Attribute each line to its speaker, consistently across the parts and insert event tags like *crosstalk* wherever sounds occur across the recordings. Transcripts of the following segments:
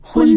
Speaker 1: 婚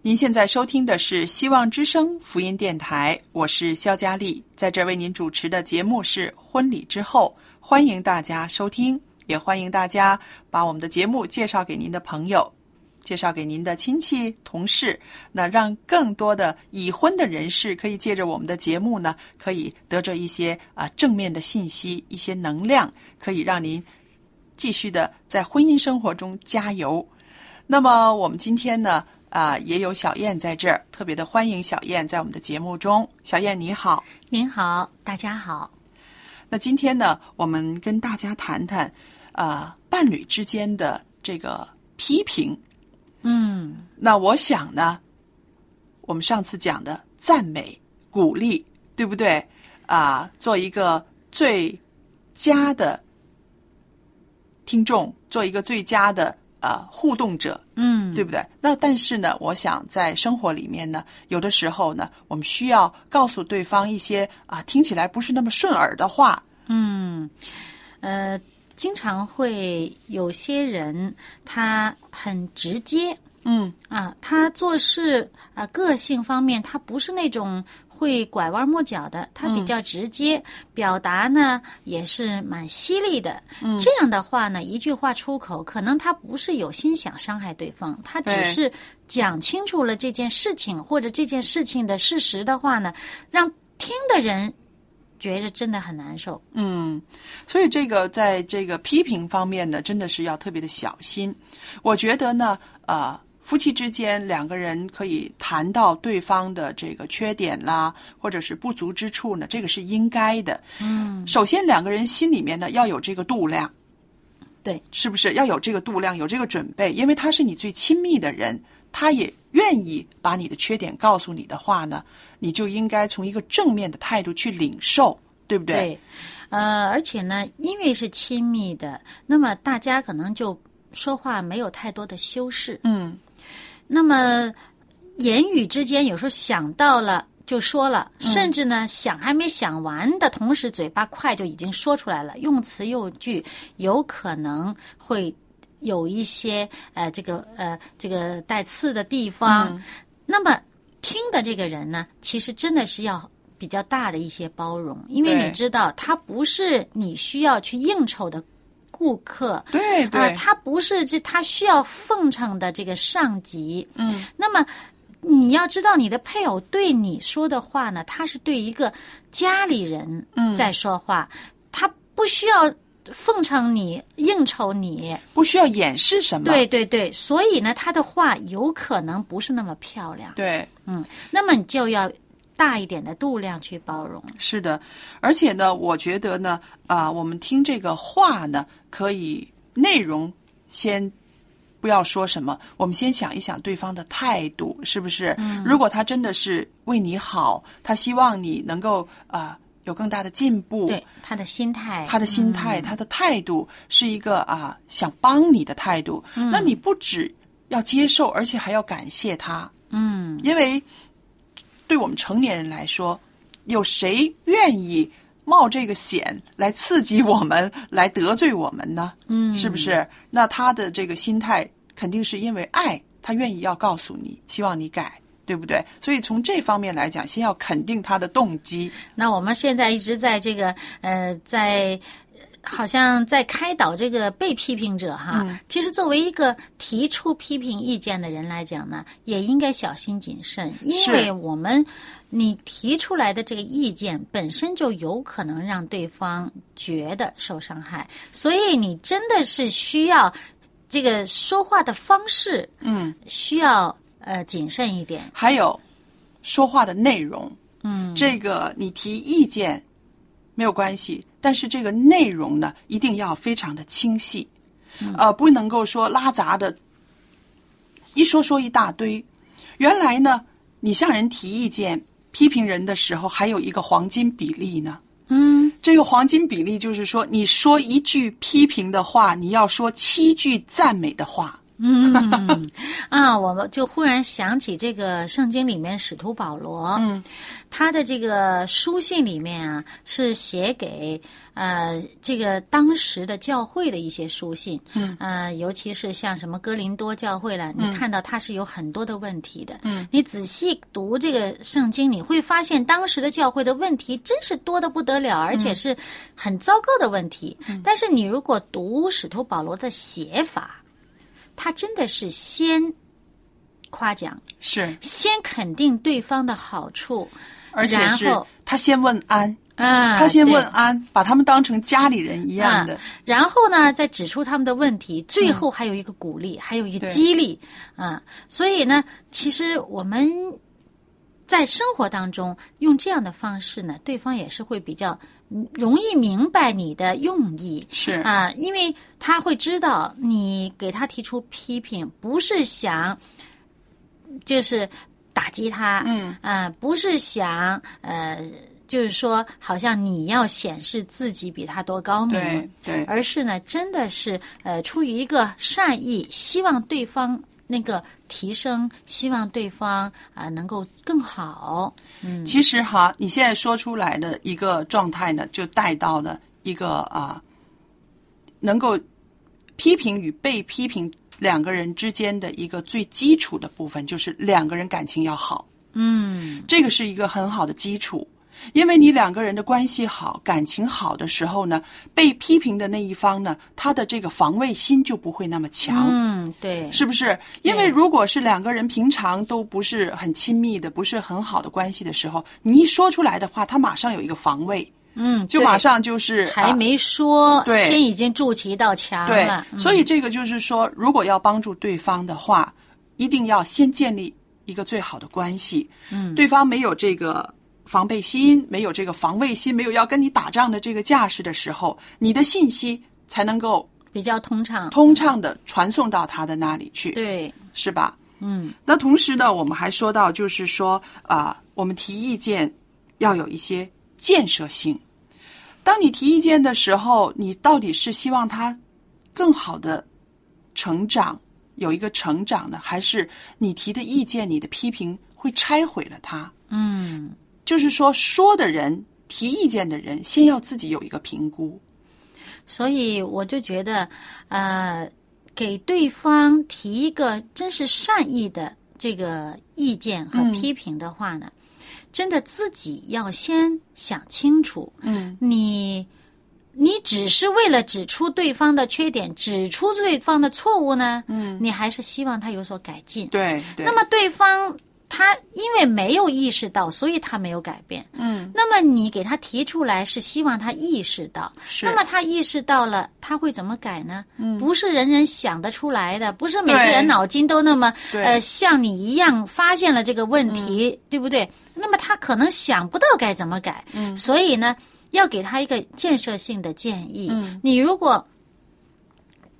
Speaker 2: 您现在收听的是希望之声福音电台，我是肖佳丽，在这为您主持的节目是《婚礼之后》，欢迎大家收听，也欢迎大家把我们的节目介绍给您的朋友，介绍给您的亲戚、同事，那让更多的已婚的人士可以借着我们的节目呢，可以得着一些啊、正面的信息，一些能量，可以让您继续的在婚姻生活中加油。那么我们今天呢，啊、也有小燕在这儿，特别的欢迎小燕在我们的节目中。小燕你好，
Speaker 1: 您好，大家好。
Speaker 2: 那今天呢，我们跟大家谈谈，啊、伴侣之间的这个批评。
Speaker 1: 嗯，
Speaker 2: 那我想呢，我们上次讲的赞美、鼓励，对不对？啊、做一个最佳的听众，做一个最佳的呃互动者，
Speaker 1: 嗯，
Speaker 2: 对不对？那但是呢，我想在生活里面呢，有的时候呢，我们需要告诉对方一些啊听起来不是那么顺耳的话。
Speaker 3: 嗯，呃，经常会有些人他很直接
Speaker 2: 嗯
Speaker 3: 啊，他做事啊、个性方面他不是那种会拐弯抹角的，他比
Speaker 2: 嗯
Speaker 3: 较直接，表达呢也是蛮犀利的。
Speaker 2: 嗯
Speaker 3: 这样的话呢，一句话出口，可能他不是有心想伤害对方，他只
Speaker 2: 对
Speaker 3: 是讲清楚了这件事情或者这件事情的事实的话呢，让听的人觉着真的很难受。
Speaker 2: 嗯，所以这个在这个批评方面呢，真的是要特别的小心。我觉得呢，呃，夫妻之间两个人可以谈到对方的这个缺点啦，或者是不足之处呢，这个是应该的。嗯，首先两个人心里面呢要有这个度量。
Speaker 3: 对，
Speaker 2: 是不是要有这个度量，有这个准备？因为他是你最亲密的人，他也愿意把你的缺点告诉你的话呢，你就应该从一个正面的态度去领受，对不对？
Speaker 3: 对，呃，而且呢，因为是亲密的，那么大家可能就说话没有太多的修饰，
Speaker 2: 嗯，
Speaker 3: 那么言语之间有时候想到了。就说了，甚至呢，想还没想完的同时，嘴巴快就已经说出来了，用词用句有可能会有一些呃，这个呃，这个带刺的地方。那么听的这个人呢，其实真的是要比较大的一些包容，因为
Speaker 2: 对
Speaker 3: 你知道他不是你需要去应酬的顾客，
Speaker 2: 对对、
Speaker 3: 啊，他不是这他需要奉承的这个上级。
Speaker 2: 嗯，
Speaker 3: 那么你要知道，你的配偶对你说的话呢，他是对一个家里人
Speaker 2: 嗯
Speaker 3: 在说话，他不需要奉承你、应酬你。
Speaker 2: 不需要掩饰什么。
Speaker 3: 对对对，所以呢，他的话有可能不是那么漂亮。
Speaker 2: 对，
Speaker 3: 嗯，那么你就要大一点的度量去包容。
Speaker 2: 是的。而且呢，我觉得呢，啊、我们听这个话呢，可以内容先。不要说什么，我们先想一想对方的态
Speaker 3: 嗯
Speaker 2: 度是不是？如果他真的是为你好，他希望你能够啊、呃有更大的进步，
Speaker 3: 对嗯他的心态，
Speaker 2: 哦他的心态、他的态度是一个啊想帮你的态度。
Speaker 3: 嗯
Speaker 2: 那你不只要接受，而且还要感谢他，
Speaker 3: 嗯
Speaker 2: 因为对我们成年人来说，有谁愿意冒这个险来刺激我们，来得罪我们呢？
Speaker 3: 嗯，
Speaker 2: 是不？是？那他的这个心态肯定是因为爱，他愿意要告诉你，希望你改，对不对？所以从这方面来讲，先要肯定他的动机。
Speaker 3: 那我们现在一直在这个呃，在呃好像在开导这个被批评者哈。
Speaker 2: 嗯
Speaker 3: 其实作为一个提出批评意见的人来讲呢，也应该小心谨慎，因
Speaker 2: 是
Speaker 3: 为我们你提出来的这个意见本身就有可能让对方觉得受伤害，所以你真的是需要这个说话的方式
Speaker 2: 嗯，
Speaker 3: 需要呃谨慎一点。
Speaker 2: 还有说话的内容，
Speaker 3: 嗯，
Speaker 2: 这个你提意见没有关系，但是这个内容呢，一定要非常的清晰，
Speaker 3: 嗯
Speaker 2: 呃，不能够说拉杂的，一说说一大堆。原来呢，你向人提意见、批评人的时候，还有一个黄金比例呢。
Speaker 3: 嗯
Speaker 2: 这个黄金比例就是说，你说一句批评的话，你要说七句赞美的话。
Speaker 3: 嗯 *laughs* 啊，我们就忽然想起这个圣经里面使徒保罗，
Speaker 2: 嗯，
Speaker 3: 他的这个书信里面啊，是写给呃这个当时的教会的一些书信，嗯，呃，尤其是像什么哥林多教会了，你看到它是有很多的问题的，嗯，你仔细读这个圣经，你会发现当时的教会的问题真是多得不得了，而且是很糟糕的问题。但是你如果读使徒保罗的写法，他真的是先夸奖，
Speaker 2: 是，
Speaker 3: 先肯定对方的好处，
Speaker 2: 而且
Speaker 3: 然
Speaker 2: 是
Speaker 3: 后
Speaker 2: 他先问安，
Speaker 3: 啊，
Speaker 2: 他先
Speaker 3: 对
Speaker 2: 问安，把他们当成家里人一样的。
Speaker 3: 啊然后呢，再指出他们的问题，最后还有一个鼓励，还有一个
Speaker 2: 嗯对
Speaker 3: 激励啊。所以呢，其实我们在生活当中用这样的方式呢，对方也是会比较嗯容易明白你的用意。
Speaker 2: 是，
Speaker 3: 啊，因为他会知道你给他提出批评，不是想就是打击他，
Speaker 2: 嗯
Speaker 3: 啊，不是想呃，就是说好像你要显示自己比他多高
Speaker 2: 对
Speaker 3: 明，
Speaker 2: 对，
Speaker 3: 而是呢，真的是呃，出于一个善意，希望对方。那个提升，希望对方啊、能够更好。
Speaker 2: 其实哈，你现在说出来的一个状态呢，就带到了一个啊，能够批评与被批评两个人之间的一个最基础的部分，就是两个人感情要好。
Speaker 3: 嗯
Speaker 2: 这个是一个很好的基础，因为你两个人的关系好、感情好的时候呢，被批评的那一方呢，他的这个防卫心就不会那么强。
Speaker 3: 嗯，对，
Speaker 2: 是不是？因为
Speaker 3: 对
Speaker 2: 如果是两个人平常都不是很亲密的、不是很好的关系的时候，你一说出来的话，他马上有一个防卫，
Speaker 3: 嗯，
Speaker 2: 就
Speaker 3: 对
Speaker 2: 马上就是呃
Speaker 3: 还、没嗯说，
Speaker 2: 对
Speaker 3: 先已经筑起一道
Speaker 2: 啊
Speaker 3: 墙了。
Speaker 2: 对。所以这个就是说，如果要帮助对方的话，一定要先建立一个最好的关系。
Speaker 3: 嗯，
Speaker 2: 对方没有这个防备心，没有这个防卫心，没有要跟你打仗的这个架势的时候，你的信息才能够
Speaker 3: 嗯比较通畅。
Speaker 2: 通畅的传送到他的那里去，
Speaker 3: 对，
Speaker 2: 是吧？
Speaker 3: 嗯
Speaker 2: 那同时呢，我们还说到，就是说啊、我们提意见要有一些建设性。当你提意见的时候，你到底是希望他更好的成长，有一个成长呢，还是你提的意见、你的批评会拆毁了他？
Speaker 3: 嗯，
Speaker 2: 就是说，说的人、提意见的人，先要自己有一个评估。
Speaker 3: 所以我就觉得，呃，给对方提一个真是善意的这个意见和
Speaker 2: 嗯
Speaker 3: 批评的话呢，真的自己要先想清楚，
Speaker 2: 嗯，
Speaker 3: 你。你只是为了指出对方的缺点，指出对方的错误呢？嗯，你还是希望他有所改进。
Speaker 2: 对对。
Speaker 3: 那么对方他因为没有意识到，所以他没有改变。
Speaker 2: 嗯，
Speaker 3: 那么你给他提出来是希望他意识到，
Speaker 2: 是嗯
Speaker 3: 那么他意识到了，他会怎么改呢？不是人人想得出来的，不是每个
Speaker 2: 对
Speaker 3: 人脑筋都那么
Speaker 2: 对嗯
Speaker 3: 呃像你一样发现了这个问题，对不对？那么他可能想不到该怎么改，
Speaker 2: 嗯
Speaker 3: 所以呢，要给他一个建设性的建议。
Speaker 2: 嗯
Speaker 3: 你如果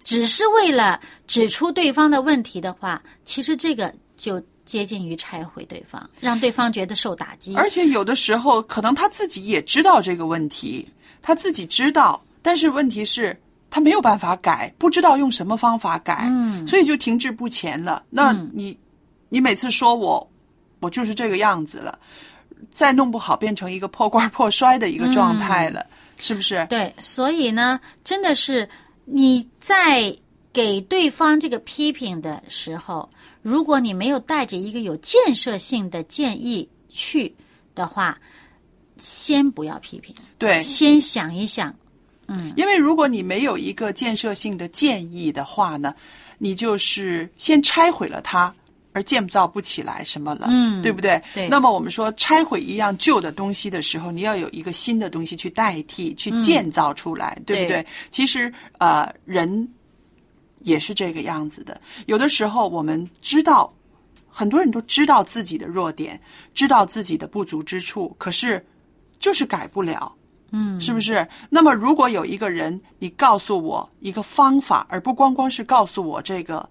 Speaker 3: 只是为了指出对方的问题的话，其实这个就接近于拆毁对方，让对方觉得受打击。
Speaker 2: 而且有的时候，可能他自己也知道这个问题，他自己知道，但是问题是，他没有办法改，不知道用什么方法改，
Speaker 3: 嗯
Speaker 2: 所以就停滞不前了。那你，你每次说我，我就是这个样子了，再弄不好变成一个破罐破摔的一个状
Speaker 3: 嗯
Speaker 2: 态了，是不是？
Speaker 3: 对，所以呢，真的是你在给对方这个批评的时候，如果你没有带着一个有建设性的建议去的话，先不要批评，
Speaker 2: 对，
Speaker 3: 先想一想，
Speaker 2: 因为如果你没有一个建设性的建议的话呢，你就是先拆毁了它，而建造不起来什么了，
Speaker 3: 嗯
Speaker 2: 对不对？
Speaker 3: 对
Speaker 2: 那么我们说拆毁一样旧的东西的时候，你要有一个新的东西去代替，去
Speaker 3: 嗯
Speaker 2: 建造出来，对不对？
Speaker 3: 对
Speaker 2: 其实呃，人也是这个样子的。有的时候我们知道，很多人都知道自己的弱点，知道自己的不足之处，可是就是改不了。
Speaker 3: 嗯，
Speaker 2: 是不是？那么，如果有一个人，你告诉我一个方法，而不光光是告诉我这个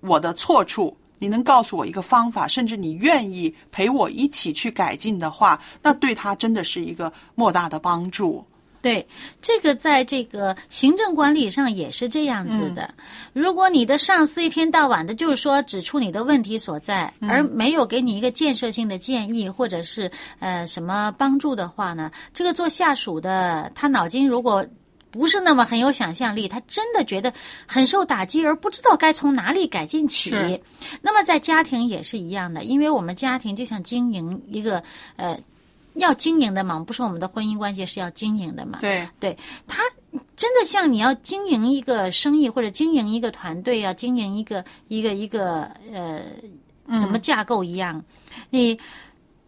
Speaker 2: 我的错处，你能告诉我一个方法，甚至你愿意陪我一起去改进的话，那对他真的是一个莫大的帮助。
Speaker 3: 对，这个在这个行政管理上也是这样子的。如果你的上司一天到晚的，就是说指出你的问题所在，而没有给你一个建设性的建议或者是呃什么帮助的话呢，这个做下属的他脑筋如果。不是那么很有想象力，他真的觉得很受打击，而不知道该从哪里改进起。
Speaker 2: 是
Speaker 3: 那么在家庭也是一样的，因为我们家庭就像经营一个呃要经营的嘛，我们不说我们的婚姻关系是要经营的嘛。
Speaker 2: 对，
Speaker 3: 对，它真的像你要经营一个生意或者经营一个团队啊，经营一个一个一个呃什
Speaker 2: 嗯
Speaker 3: 么架构一样，你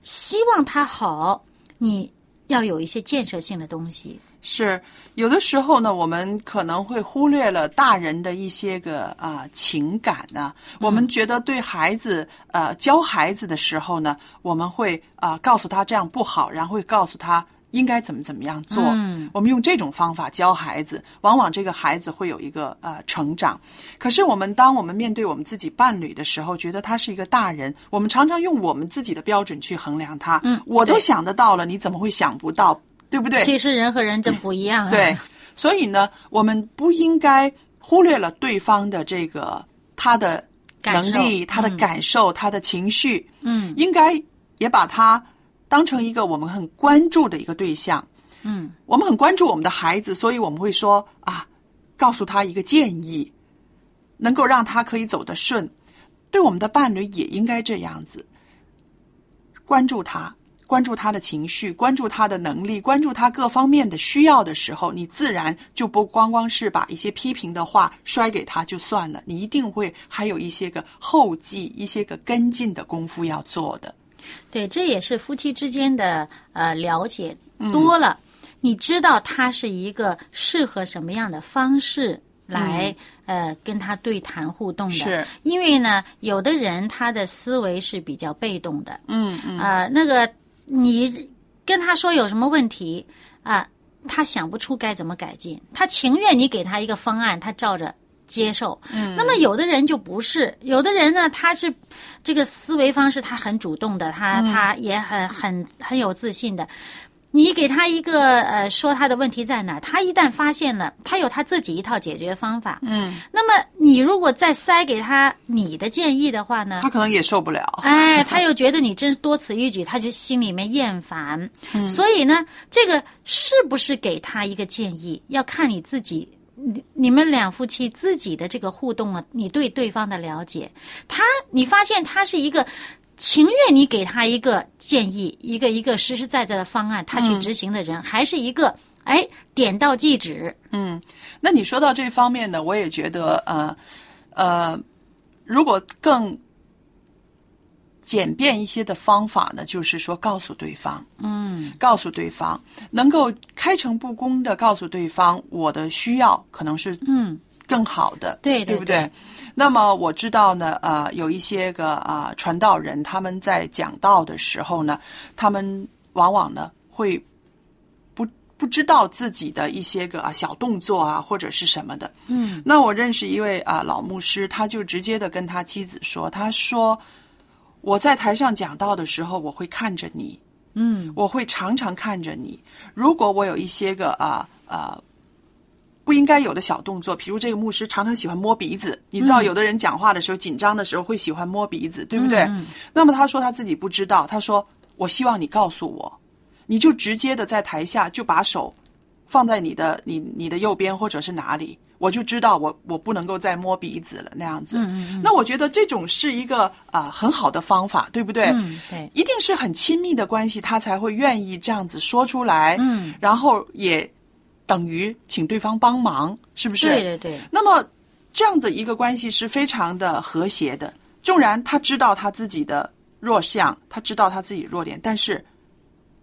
Speaker 3: 希望它好，你要有一些建设性的东西。
Speaker 2: 是有的时候呢，我们可能会忽略了大人的一些个啊、情感呢、我
Speaker 3: 嗯
Speaker 2: 们觉得对孩子呃教孩子的时候呢，我们会啊、告诉他这样不好，然后会告诉他应该怎么怎么样做。
Speaker 3: 嗯
Speaker 2: 我们用这种方法教孩子，往往这个孩子会有一个呃成长。可是我们当我们面对我们自己伴侣的时候，觉得他是一个大人，我们常常用我们自己的标准去衡量他。
Speaker 3: 嗯
Speaker 2: 我都
Speaker 3: 对
Speaker 2: 想得到了，你怎么会想不到？对不对？
Speaker 3: 其实人和人真不一样、啊。
Speaker 2: 对，所以呢，我们不应该忽略了对方的这个他的能力、
Speaker 3: 感受
Speaker 2: 他的感受、他的情绪，
Speaker 3: 嗯
Speaker 2: 应该也把他当成一个我们很关注的一个对象。
Speaker 3: 嗯，
Speaker 2: 我们很关注我们的孩子，所以我们会说啊，告诉他一个建议，能够让他可以走得顺。对我们的伴侣也应该这样子，关注他，关注他的情绪，关注他的能力，关注他各方面的需要的时候，你自然就不光光是把一些批评的话摔给他就算了，你一定会还有一些个后继、一些个跟进的功夫要做的。
Speaker 3: 对，这也是夫妻之间的呃了解
Speaker 2: 嗯
Speaker 3: 多了，你知道他是一个适合什么样的方式来、呃跟他对谈互动的。
Speaker 2: 嗯是，
Speaker 3: 因为呢，有的人他的思维是比较被动的，
Speaker 2: 嗯嗯，
Speaker 3: 啊，那个你跟他说有什么问题啊、他想不出该怎么改进，他情愿你给他一个方案，他照着。接受，那么有的人就不是，有的人呢，他是这个思维方式，他很主动的，他他也很很很有自信的。你给他一个呃，说他的问题在哪儿，他一旦发现了，他有他自己一套解决方法。嗯，那么你如果再塞给他你的建议的话呢，
Speaker 2: 他可能也受不了。
Speaker 3: *laughs* 哎，
Speaker 2: *laughs*
Speaker 3: 他又觉得你真是多此一举，他就心里面厌烦。
Speaker 2: 嗯
Speaker 3: 所以呢，这个是不是给他一个建议，要看你自己。你你们两夫妻自己的这个互动啊，你对对方的了解，他你发现他是一个情愿你给他一个建议，一个一个实实在在的方案，他去执行的
Speaker 2: 嗯
Speaker 3: 人，还是一个哎点到即止，
Speaker 2: 那你说到这方面呢，我也觉得呃呃，如果更简便一些的方法呢，就是说告诉对方，
Speaker 3: 嗯，
Speaker 2: 告诉对方，能够开诚布公的告诉对方我的需要可能是
Speaker 3: 嗯，
Speaker 2: 更好的，
Speaker 3: 对
Speaker 2: 对
Speaker 3: 对
Speaker 2: 不对？那么我知道呢，呃，有一些个啊、呃传道人他们在讲道的时候呢，他们往往呢会不不知道自己的一些个啊小动作啊或者是什么的。
Speaker 3: 嗯，
Speaker 2: 那我认识一位啊、老牧师，他就直接的跟他妻子说，他说我在台上讲道的时候，我会看着你，嗯，我会常常看着你。如果我有一些个啊啊、不应该有的小动作，比如这个牧师常常喜欢摸鼻子，你知道，有的人讲话的时候、紧张的时候会喜欢摸鼻子，
Speaker 3: 嗯
Speaker 2: 对不对？那么他说他自己不知道，他说我希望你告诉我，你就直接的在台下就把手放在你的你你的右边或者是哪里，我就知道我我不能够再摸鼻子了那样
Speaker 3: 嗯
Speaker 2: 子。那我觉得这种是一个啊、很好的方法，对不对？
Speaker 3: 嗯，对，
Speaker 2: 一定是很亲密的关系，他才会愿意这样子说出来。
Speaker 3: 嗯，
Speaker 2: 然后也等于请对方帮忙，是不是？
Speaker 3: 对对对，
Speaker 2: 那么这样的一个关系是非常的和谐的。纵然他知道他自己的弱项，他知道他自己弱点，但是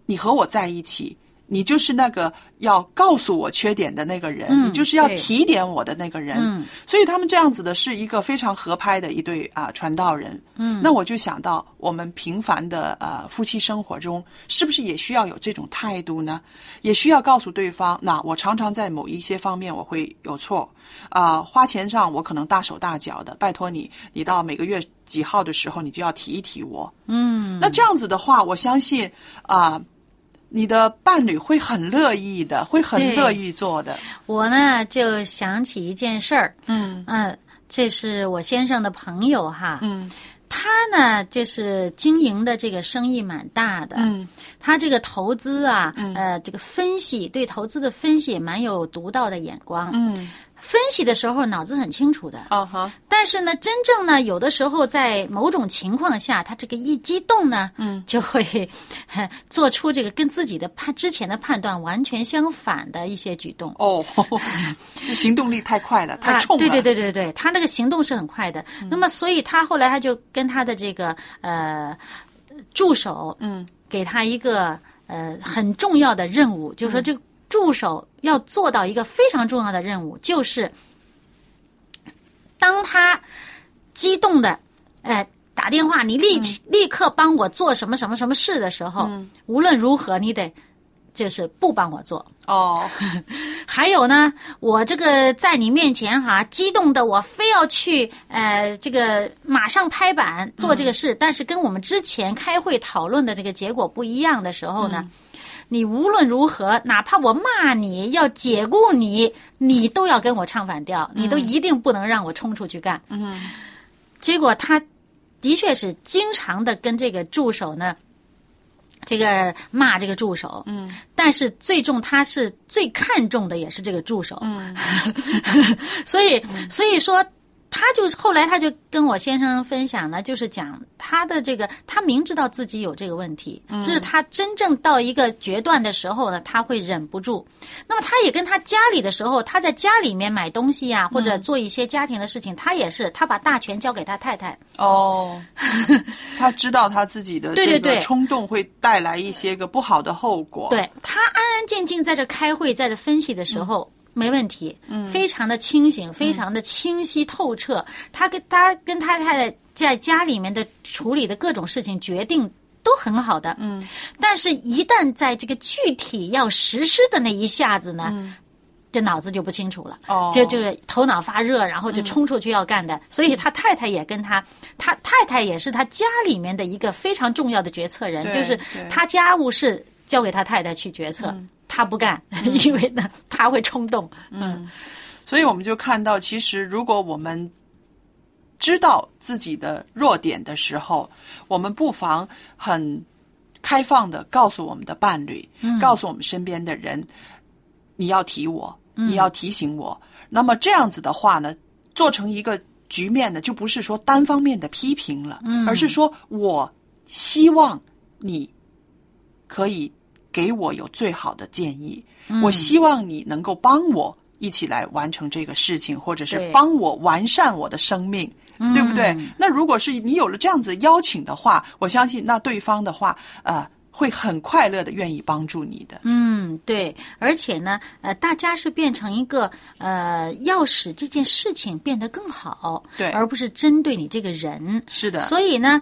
Speaker 2: 你和我在一起，你就是那个要告诉我缺点的那个人，
Speaker 3: 嗯
Speaker 2: 你就是要
Speaker 3: 对
Speaker 2: 提点我的那个人。
Speaker 3: 嗯
Speaker 2: 所以他们这样子的是一个非常合拍的一对啊、传道人。
Speaker 3: 嗯，
Speaker 2: 那我就想到我们平凡的呃夫妻生活中，是不是也需要有这种态度呢？也需要告诉对方，那我常常在某一些方面我会有错，啊、花钱上我可能大手大脚的，拜托你，你到每个月几号的时候，你就要提一提我。嗯，那这样子的话，我相信啊、你的伴侣会很乐意的，会很
Speaker 3: 对
Speaker 2: 乐意做的。
Speaker 3: 我呢就想起一件事儿，
Speaker 2: 嗯
Speaker 3: 嗯，这是我先生的朋友哈，
Speaker 2: 嗯
Speaker 3: 他呢就是经营的这个生意蛮大的，
Speaker 2: 嗯
Speaker 3: 他这个投资啊，呃，这个分析对投资的分析也蛮有独到的眼光，
Speaker 2: 嗯，
Speaker 3: 分析的时候脑子很清楚的，
Speaker 2: 啊哈，
Speaker 3: 但是呢，真正呢，有的时候在某种情况下，他这个一激动呢，
Speaker 2: 嗯，
Speaker 3: 就会 *laughs* 呵做出这个跟自己的判之前的判断完全相反的一些举动。
Speaker 2: 哦， *laughs* 这行动力太快了，太冲了。嗯
Speaker 3: 啊。对对对对对，他那个行动是很快的。那么，所以他后来他就跟他的这个呃助手，
Speaker 2: 嗯，
Speaker 3: 给他一个呃很重要的任务，就是说
Speaker 2: 嗯
Speaker 3: 这个助手要做到一个非常重要的任务，就是当他激动的呃打电话，你立、
Speaker 2: 嗯
Speaker 3: 立刻帮我做什么什么什么事的时候，无论如何你得就是不帮我做。
Speaker 2: 哦，
Speaker 3: 还有呢，我这个在你面前哈，激动的我非要去呃，这个马上拍板做这个事，但是跟我们之前开会讨论的这个结果不一样的时候呢，你无论如何，哪怕我骂你要解雇你，你都要跟我唱反调，你都一定不能让我冲出去干。嗯，结果他的确是经常的跟这个助手呢。这个骂这个助手，嗯，但是最终他是最看重的也是这个助手，嗯， *laughs* 所以所以说他就是后来他就跟我先生分享呢，就是讲他的这个他明知道自己有这个问题，嗯、就是他真正到一个决断的时候呢，他会忍不住。那么他也跟他家里的时候，他在家里面买东西呀、或者做一些家庭的事情，他也是他把大权交给他太太，
Speaker 2: 哦，
Speaker 3: *laughs*
Speaker 2: 他知道他自己的
Speaker 3: 对
Speaker 2: 这
Speaker 3: 对
Speaker 2: 个
Speaker 3: 对
Speaker 2: 冲动会带来一些个不好的后果。，
Speaker 3: 对他安安静静在这开会，在这分析的时候。没问题，嗯，非常的清醒，非常的清晰透彻。他跟他跟他太太在家里面的处理的各种事情决定都很好的，嗯。但是，一旦在这个具体要实施的那一下子呢，这脑子就不清楚了，
Speaker 2: 哦
Speaker 3: 就就是头脑发热，然后就冲出去要干的。所以他太太也跟他，他太太也是他家里面的一个非常重要的决策人，
Speaker 2: 对
Speaker 3: 就是
Speaker 2: 对嗯
Speaker 3: 他家务事交给他太太去决策，他不干，因为呢他会冲动。嗯，
Speaker 2: 所以我们就看到，其实如果我们知道自己的弱点的时候，我们不妨很开放的告诉我们的伴侣，
Speaker 3: 嗯
Speaker 2: 告诉我们身边的人，你要提我，
Speaker 3: 嗯
Speaker 2: 你要提醒我。那么这样子的话呢，做成一个局面呢，就不是说单方面的批评了，
Speaker 3: 嗯
Speaker 2: 而是说我希望你可以给我有最好的建议，
Speaker 3: 嗯
Speaker 2: 我希望你能够帮我一起来完成这个事情，或者是
Speaker 3: 对嗯
Speaker 2: 帮我完善我的生命。对不对？那如果是你有了这样子邀请的话，我相信那对方的话，呃，会很快乐的愿意帮助你的。
Speaker 3: 嗯，对，而且呢，呃，大家是变成一个呃，要使这件事情变得更好，
Speaker 2: 对
Speaker 3: 而不是针对你这个人。
Speaker 2: 是的，
Speaker 3: 所以呢，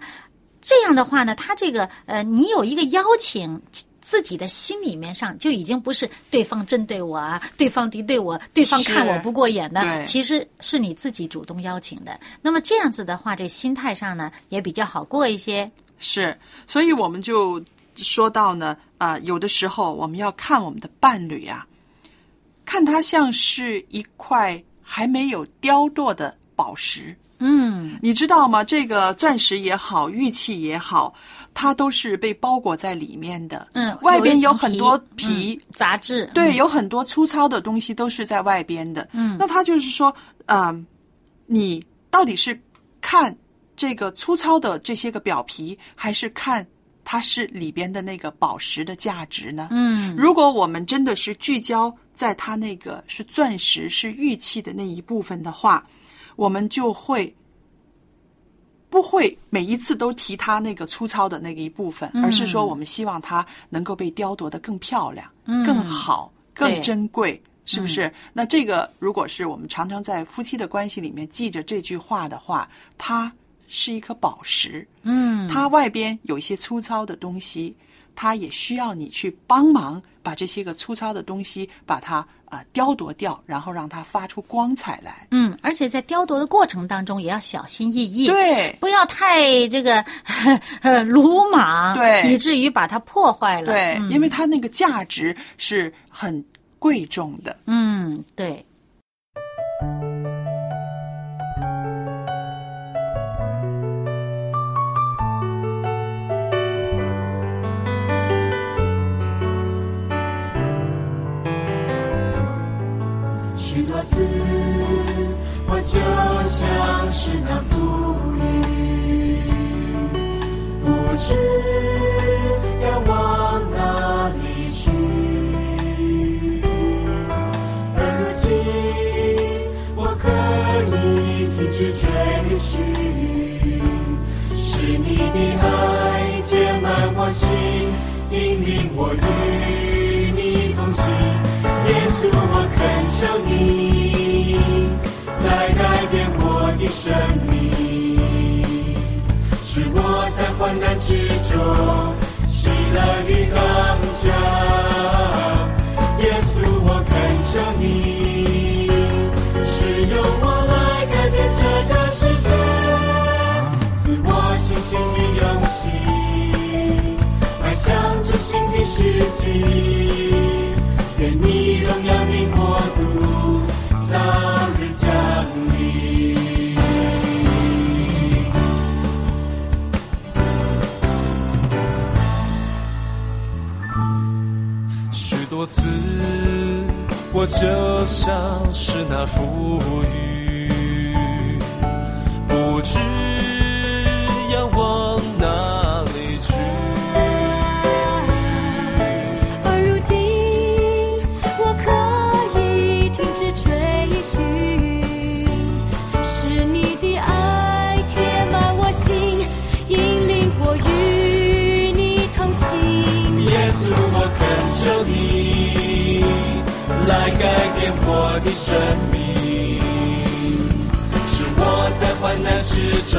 Speaker 3: 这样的话呢，他这个呃，你有一个邀请，自己的心里面上就已经不是对方针对我啊，对方敌对我，对方看我不过眼
Speaker 2: 对
Speaker 3: 的，其实是你自己主动邀请的。那么这样子的话，这心态上呢也比较好过一些。
Speaker 2: 是，所以我们就说到呢，啊、有的时候我们要看我们的伴侣啊，看他像是一块还没有雕琢的宝石，
Speaker 3: 嗯，
Speaker 2: 你知道吗？这个钻石也好，玉器也好，它都是被包裹在里面的。
Speaker 3: 嗯，
Speaker 2: 外边
Speaker 3: 一层
Speaker 2: 有很多
Speaker 3: 皮、
Speaker 2: 皮
Speaker 3: 嗯杂质，
Speaker 2: 对，
Speaker 3: 嗯，
Speaker 2: 有很多粗糙的东西都是在外边的。
Speaker 3: 嗯
Speaker 2: 那他就是说，啊、你到底是看这个粗糙的这些个表皮，还是看它是里边的那个宝石的价值呢？
Speaker 3: 嗯，
Speaker 2: 如果我们真的是聚焦在它那个是钻石、是玉器的那一部分的话，我们就会不会每一次都提它那个粗糙的那个一部分，
Speaker 3: 嗯
Speaker 2: 而是说我们希望它能够被雕琢的更漂亮、
Speaker 3: 嗯
Speaker 2: 更好、
Speaker 3: 对
Speaker 2: 更珍贵。是不是？那这个，如果是我们常常在夫妻的关系里面记着这句话的话，它是一颗宝石，
Speaker 3: 嗯，
Speaker 2: 它外边有一些粗糙的东西，它也需要你去帮忙把这些个粗糙的东西把它啊、呃雕琢掉，然后让它发出光彩来。
Speaker 3: 嗯，而且在雕琢的过程当中也要小心翼翼，，
Speaker 2: 对
Speaker 3: 不要太这个 *laughs* 呃鲁莽，
Speaker 2: 对
Speaker 3: 以至于把它破坏了。
Speaker 2: 对，
Speaker 3: 嗯
Speaker 2: 因为它那个价值是很贵重的。
Speaker 3: 嗯，对，
Speaker 4: 许多次，我就像是那浮云，不知要往哪里去。而如今，我可以停止追寻，是你的爱填满我心，引领我与你同行。耶稣，我恳求你来改变我的生命，使我在患难之中喜乐地刚强。耶稣，我恳求你，使用我来改变这个世界。赐我信心与勇气，迈向这新的世纪。愿你荣耀的国度早日降临。
Speaker 5: 许多次，我就像是那浮云，不知要往哪里去。
Speaker 6: 而如今，我可以停止追寻，是你的爱填满我心，引领我与你同行。
Speaker 5: 耶稣，我恳求你来改变我的生命，使我在患难之中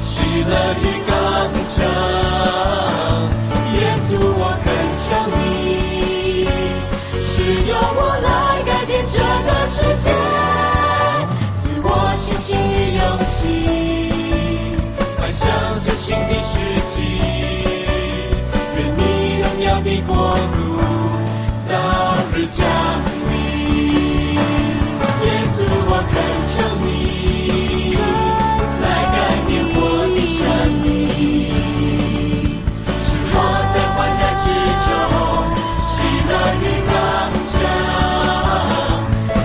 Speaker 5: 喜乐与刚强。耶稣，我恳求你，
Speaker 6: 是由我来改变这个世界，赐我信心与勇气，
Speaker 5: 迈向这新的世纪，愿你荣耀的国度早日降临。耶稣，我恳求你，来改变我的生命，使我在患难之中喜乐与刚强。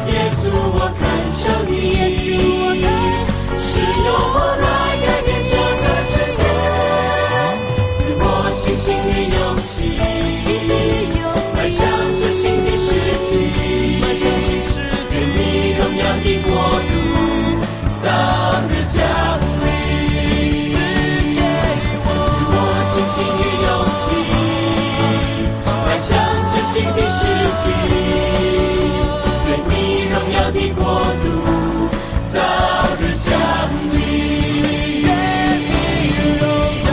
Speaker 5: 耶稣，我恳求你。
Speaker 6: 是由我来改变这个世界，
Speaker 5: 赐我信心与勇气，迈向这新的世纪。愿你荣耀的国度早日降临。赐我信心与勇气，迈向这新的世纪。愿你荣耀的国度早日降临。愿你荣耀。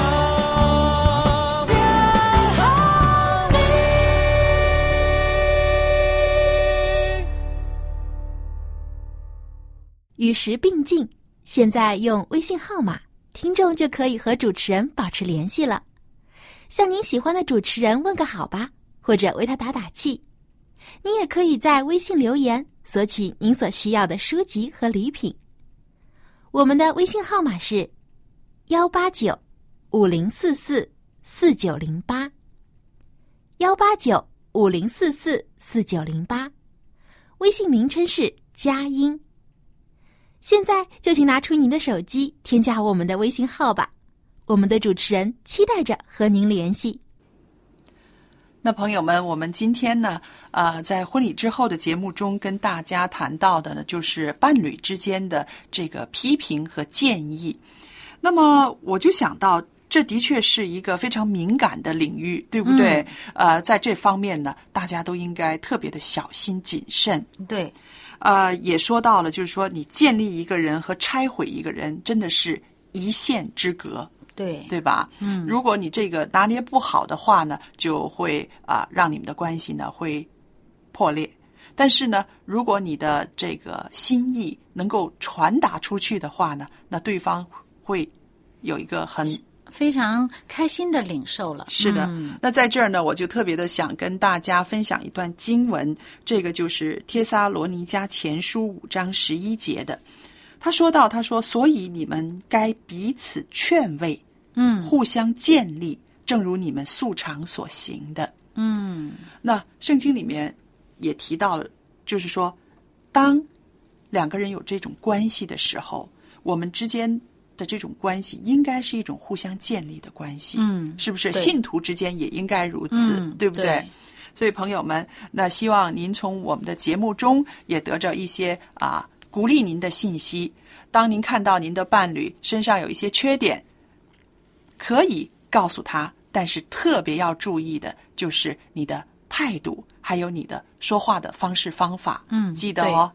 Speaker 6: 好
Speaker 7: 与时并进。现在用微信号码，听众就可以和主持人保持联系了。向您喜欢的主持人问个好吧，或者为他打打气。你也可以在微信留言索取您所需要的书籍和礼品。我们的微信号码是幺八九五零四四四九零八，幺八九五零四四四九零八，微信名称是佳音。现在就请拿出您的手机，添加我们的微信号吧。我们的主持人期待着和您联系。
Speaker 2: 那朋友们，我们今天呢，呃，在婚礼之后的节目中跟大家谈到的呢，就是伴侣之间的这个批评和建议。那么我就想到，这的确是一个非常敏感的领域，对不对？呃，在这方面呢，大家都应该特别的小心谨慎。
Speaker 3: 对，
Speaker 2: 呃，也说到了，就是说你建立一个人和拆毁一个人，真的是一线之隔。
Speaker 3: 对，
Speaker 2: 对吧？嗯，如果你这个拿捏不好的话呢，就会啊、让你们的关系呢会破裂。但是呢，如果你的这个心意能够传达出去的话呢，那对方会有一个很
Speaker 3: 非常开心的领受了。
Speaker 2: 是的，
Speaker 3: 嗯
Speaker 2: 那在这儿呢，我就特别的想跟大家分享一段经文，这个就是《帖撒罗尼迦前书》五章十一节的。他说到：“他说，所以你们该彼此劝慰，
Speaker 3: 嗯
Speaker 2: 互相建立，正如你们素常所行的。
Speaker 3: 嗯，
Speaker 2: 那圣经里面也提到了，就是说，当两个人有这种关系的时候，我们之间的这种关系应该是一种互相建立的关系，
Speaker 3: 嗯
Speaker 2: 是不是？
Speaker 3: 对
Speaker 2: 信徒之间也应该如此，
Speaker 3: 嗯
Speaker 2: 对不对？
Speaker 3: 对
Speaker 2: 所以，朋友们，那希望您从我们的节目中也得着一些啊鼓励您的信息。当您看到您的伴侣身上有一些缺点，可以告诉他，但是特别要注意的就是你的态度，还有你的说话的方式方法。
Speaker 3: 嗯
Speaker 2: 记得哦，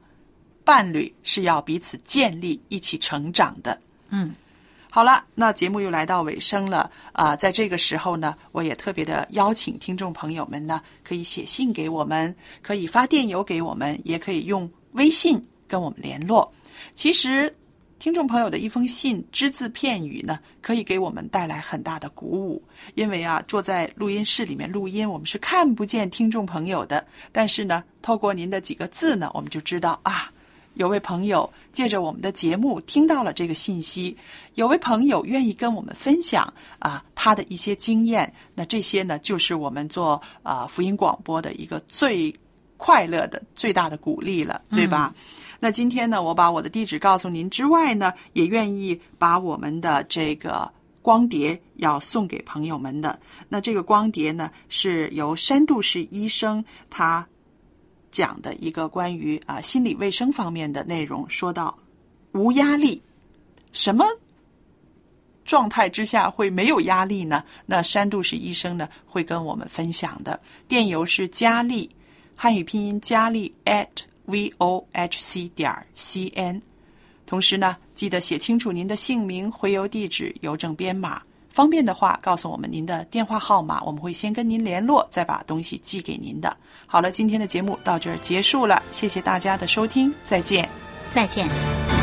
Speaker 2: 伴侣是要彼此建立、一起成长的。
Speaker 3: 嗯，
Speaker 2: 好了，那节目又来到尾声了啊、在这个时候呢，我也特别的邀请听众朋友们呢，可以写信给我们，可以发电邮给我们，也可以用微信跟我们联络。其实，听众朋友的一封信只字片语呢，可以给我们带来很大的鼓舞。因为啊，坐在录音室里面录音，我们是看不见听众朋友的，但是呢，透过您的几个字呢，我们就知道啊。有位朋友借着我们的节目听到了这个信息，有位朋友愿意跟我们分享啊他的一些经验，那这些呢就是我们做啊、福音广播的一个最快乐的最大的鼓励了，对吧？那今天呢，我把我的地址告诉您之外呢，也愿意把我们的这个光碟要送给朋友们的。那这个光碟呢，是由山度士医生他讲的一个关于啊、心理卫生方面的内容，说到无压力，什么状态之下会没有压力呢？那山度士医生呢会跟我们分享的。电邮是佳丽，汉语拼音佳丽 at v o h c 点 c n。同时呢，记得写清楚您的姓名、回邮地址、邮政编码。方便的话，告诉我们您的电话号码，我们会先跟您联络，再把东西寄给您的。好了，今天的节目到这儿结束了，谢谢大家的收听，再见。
Speaker 3: 再见。
Speaker 6: 爱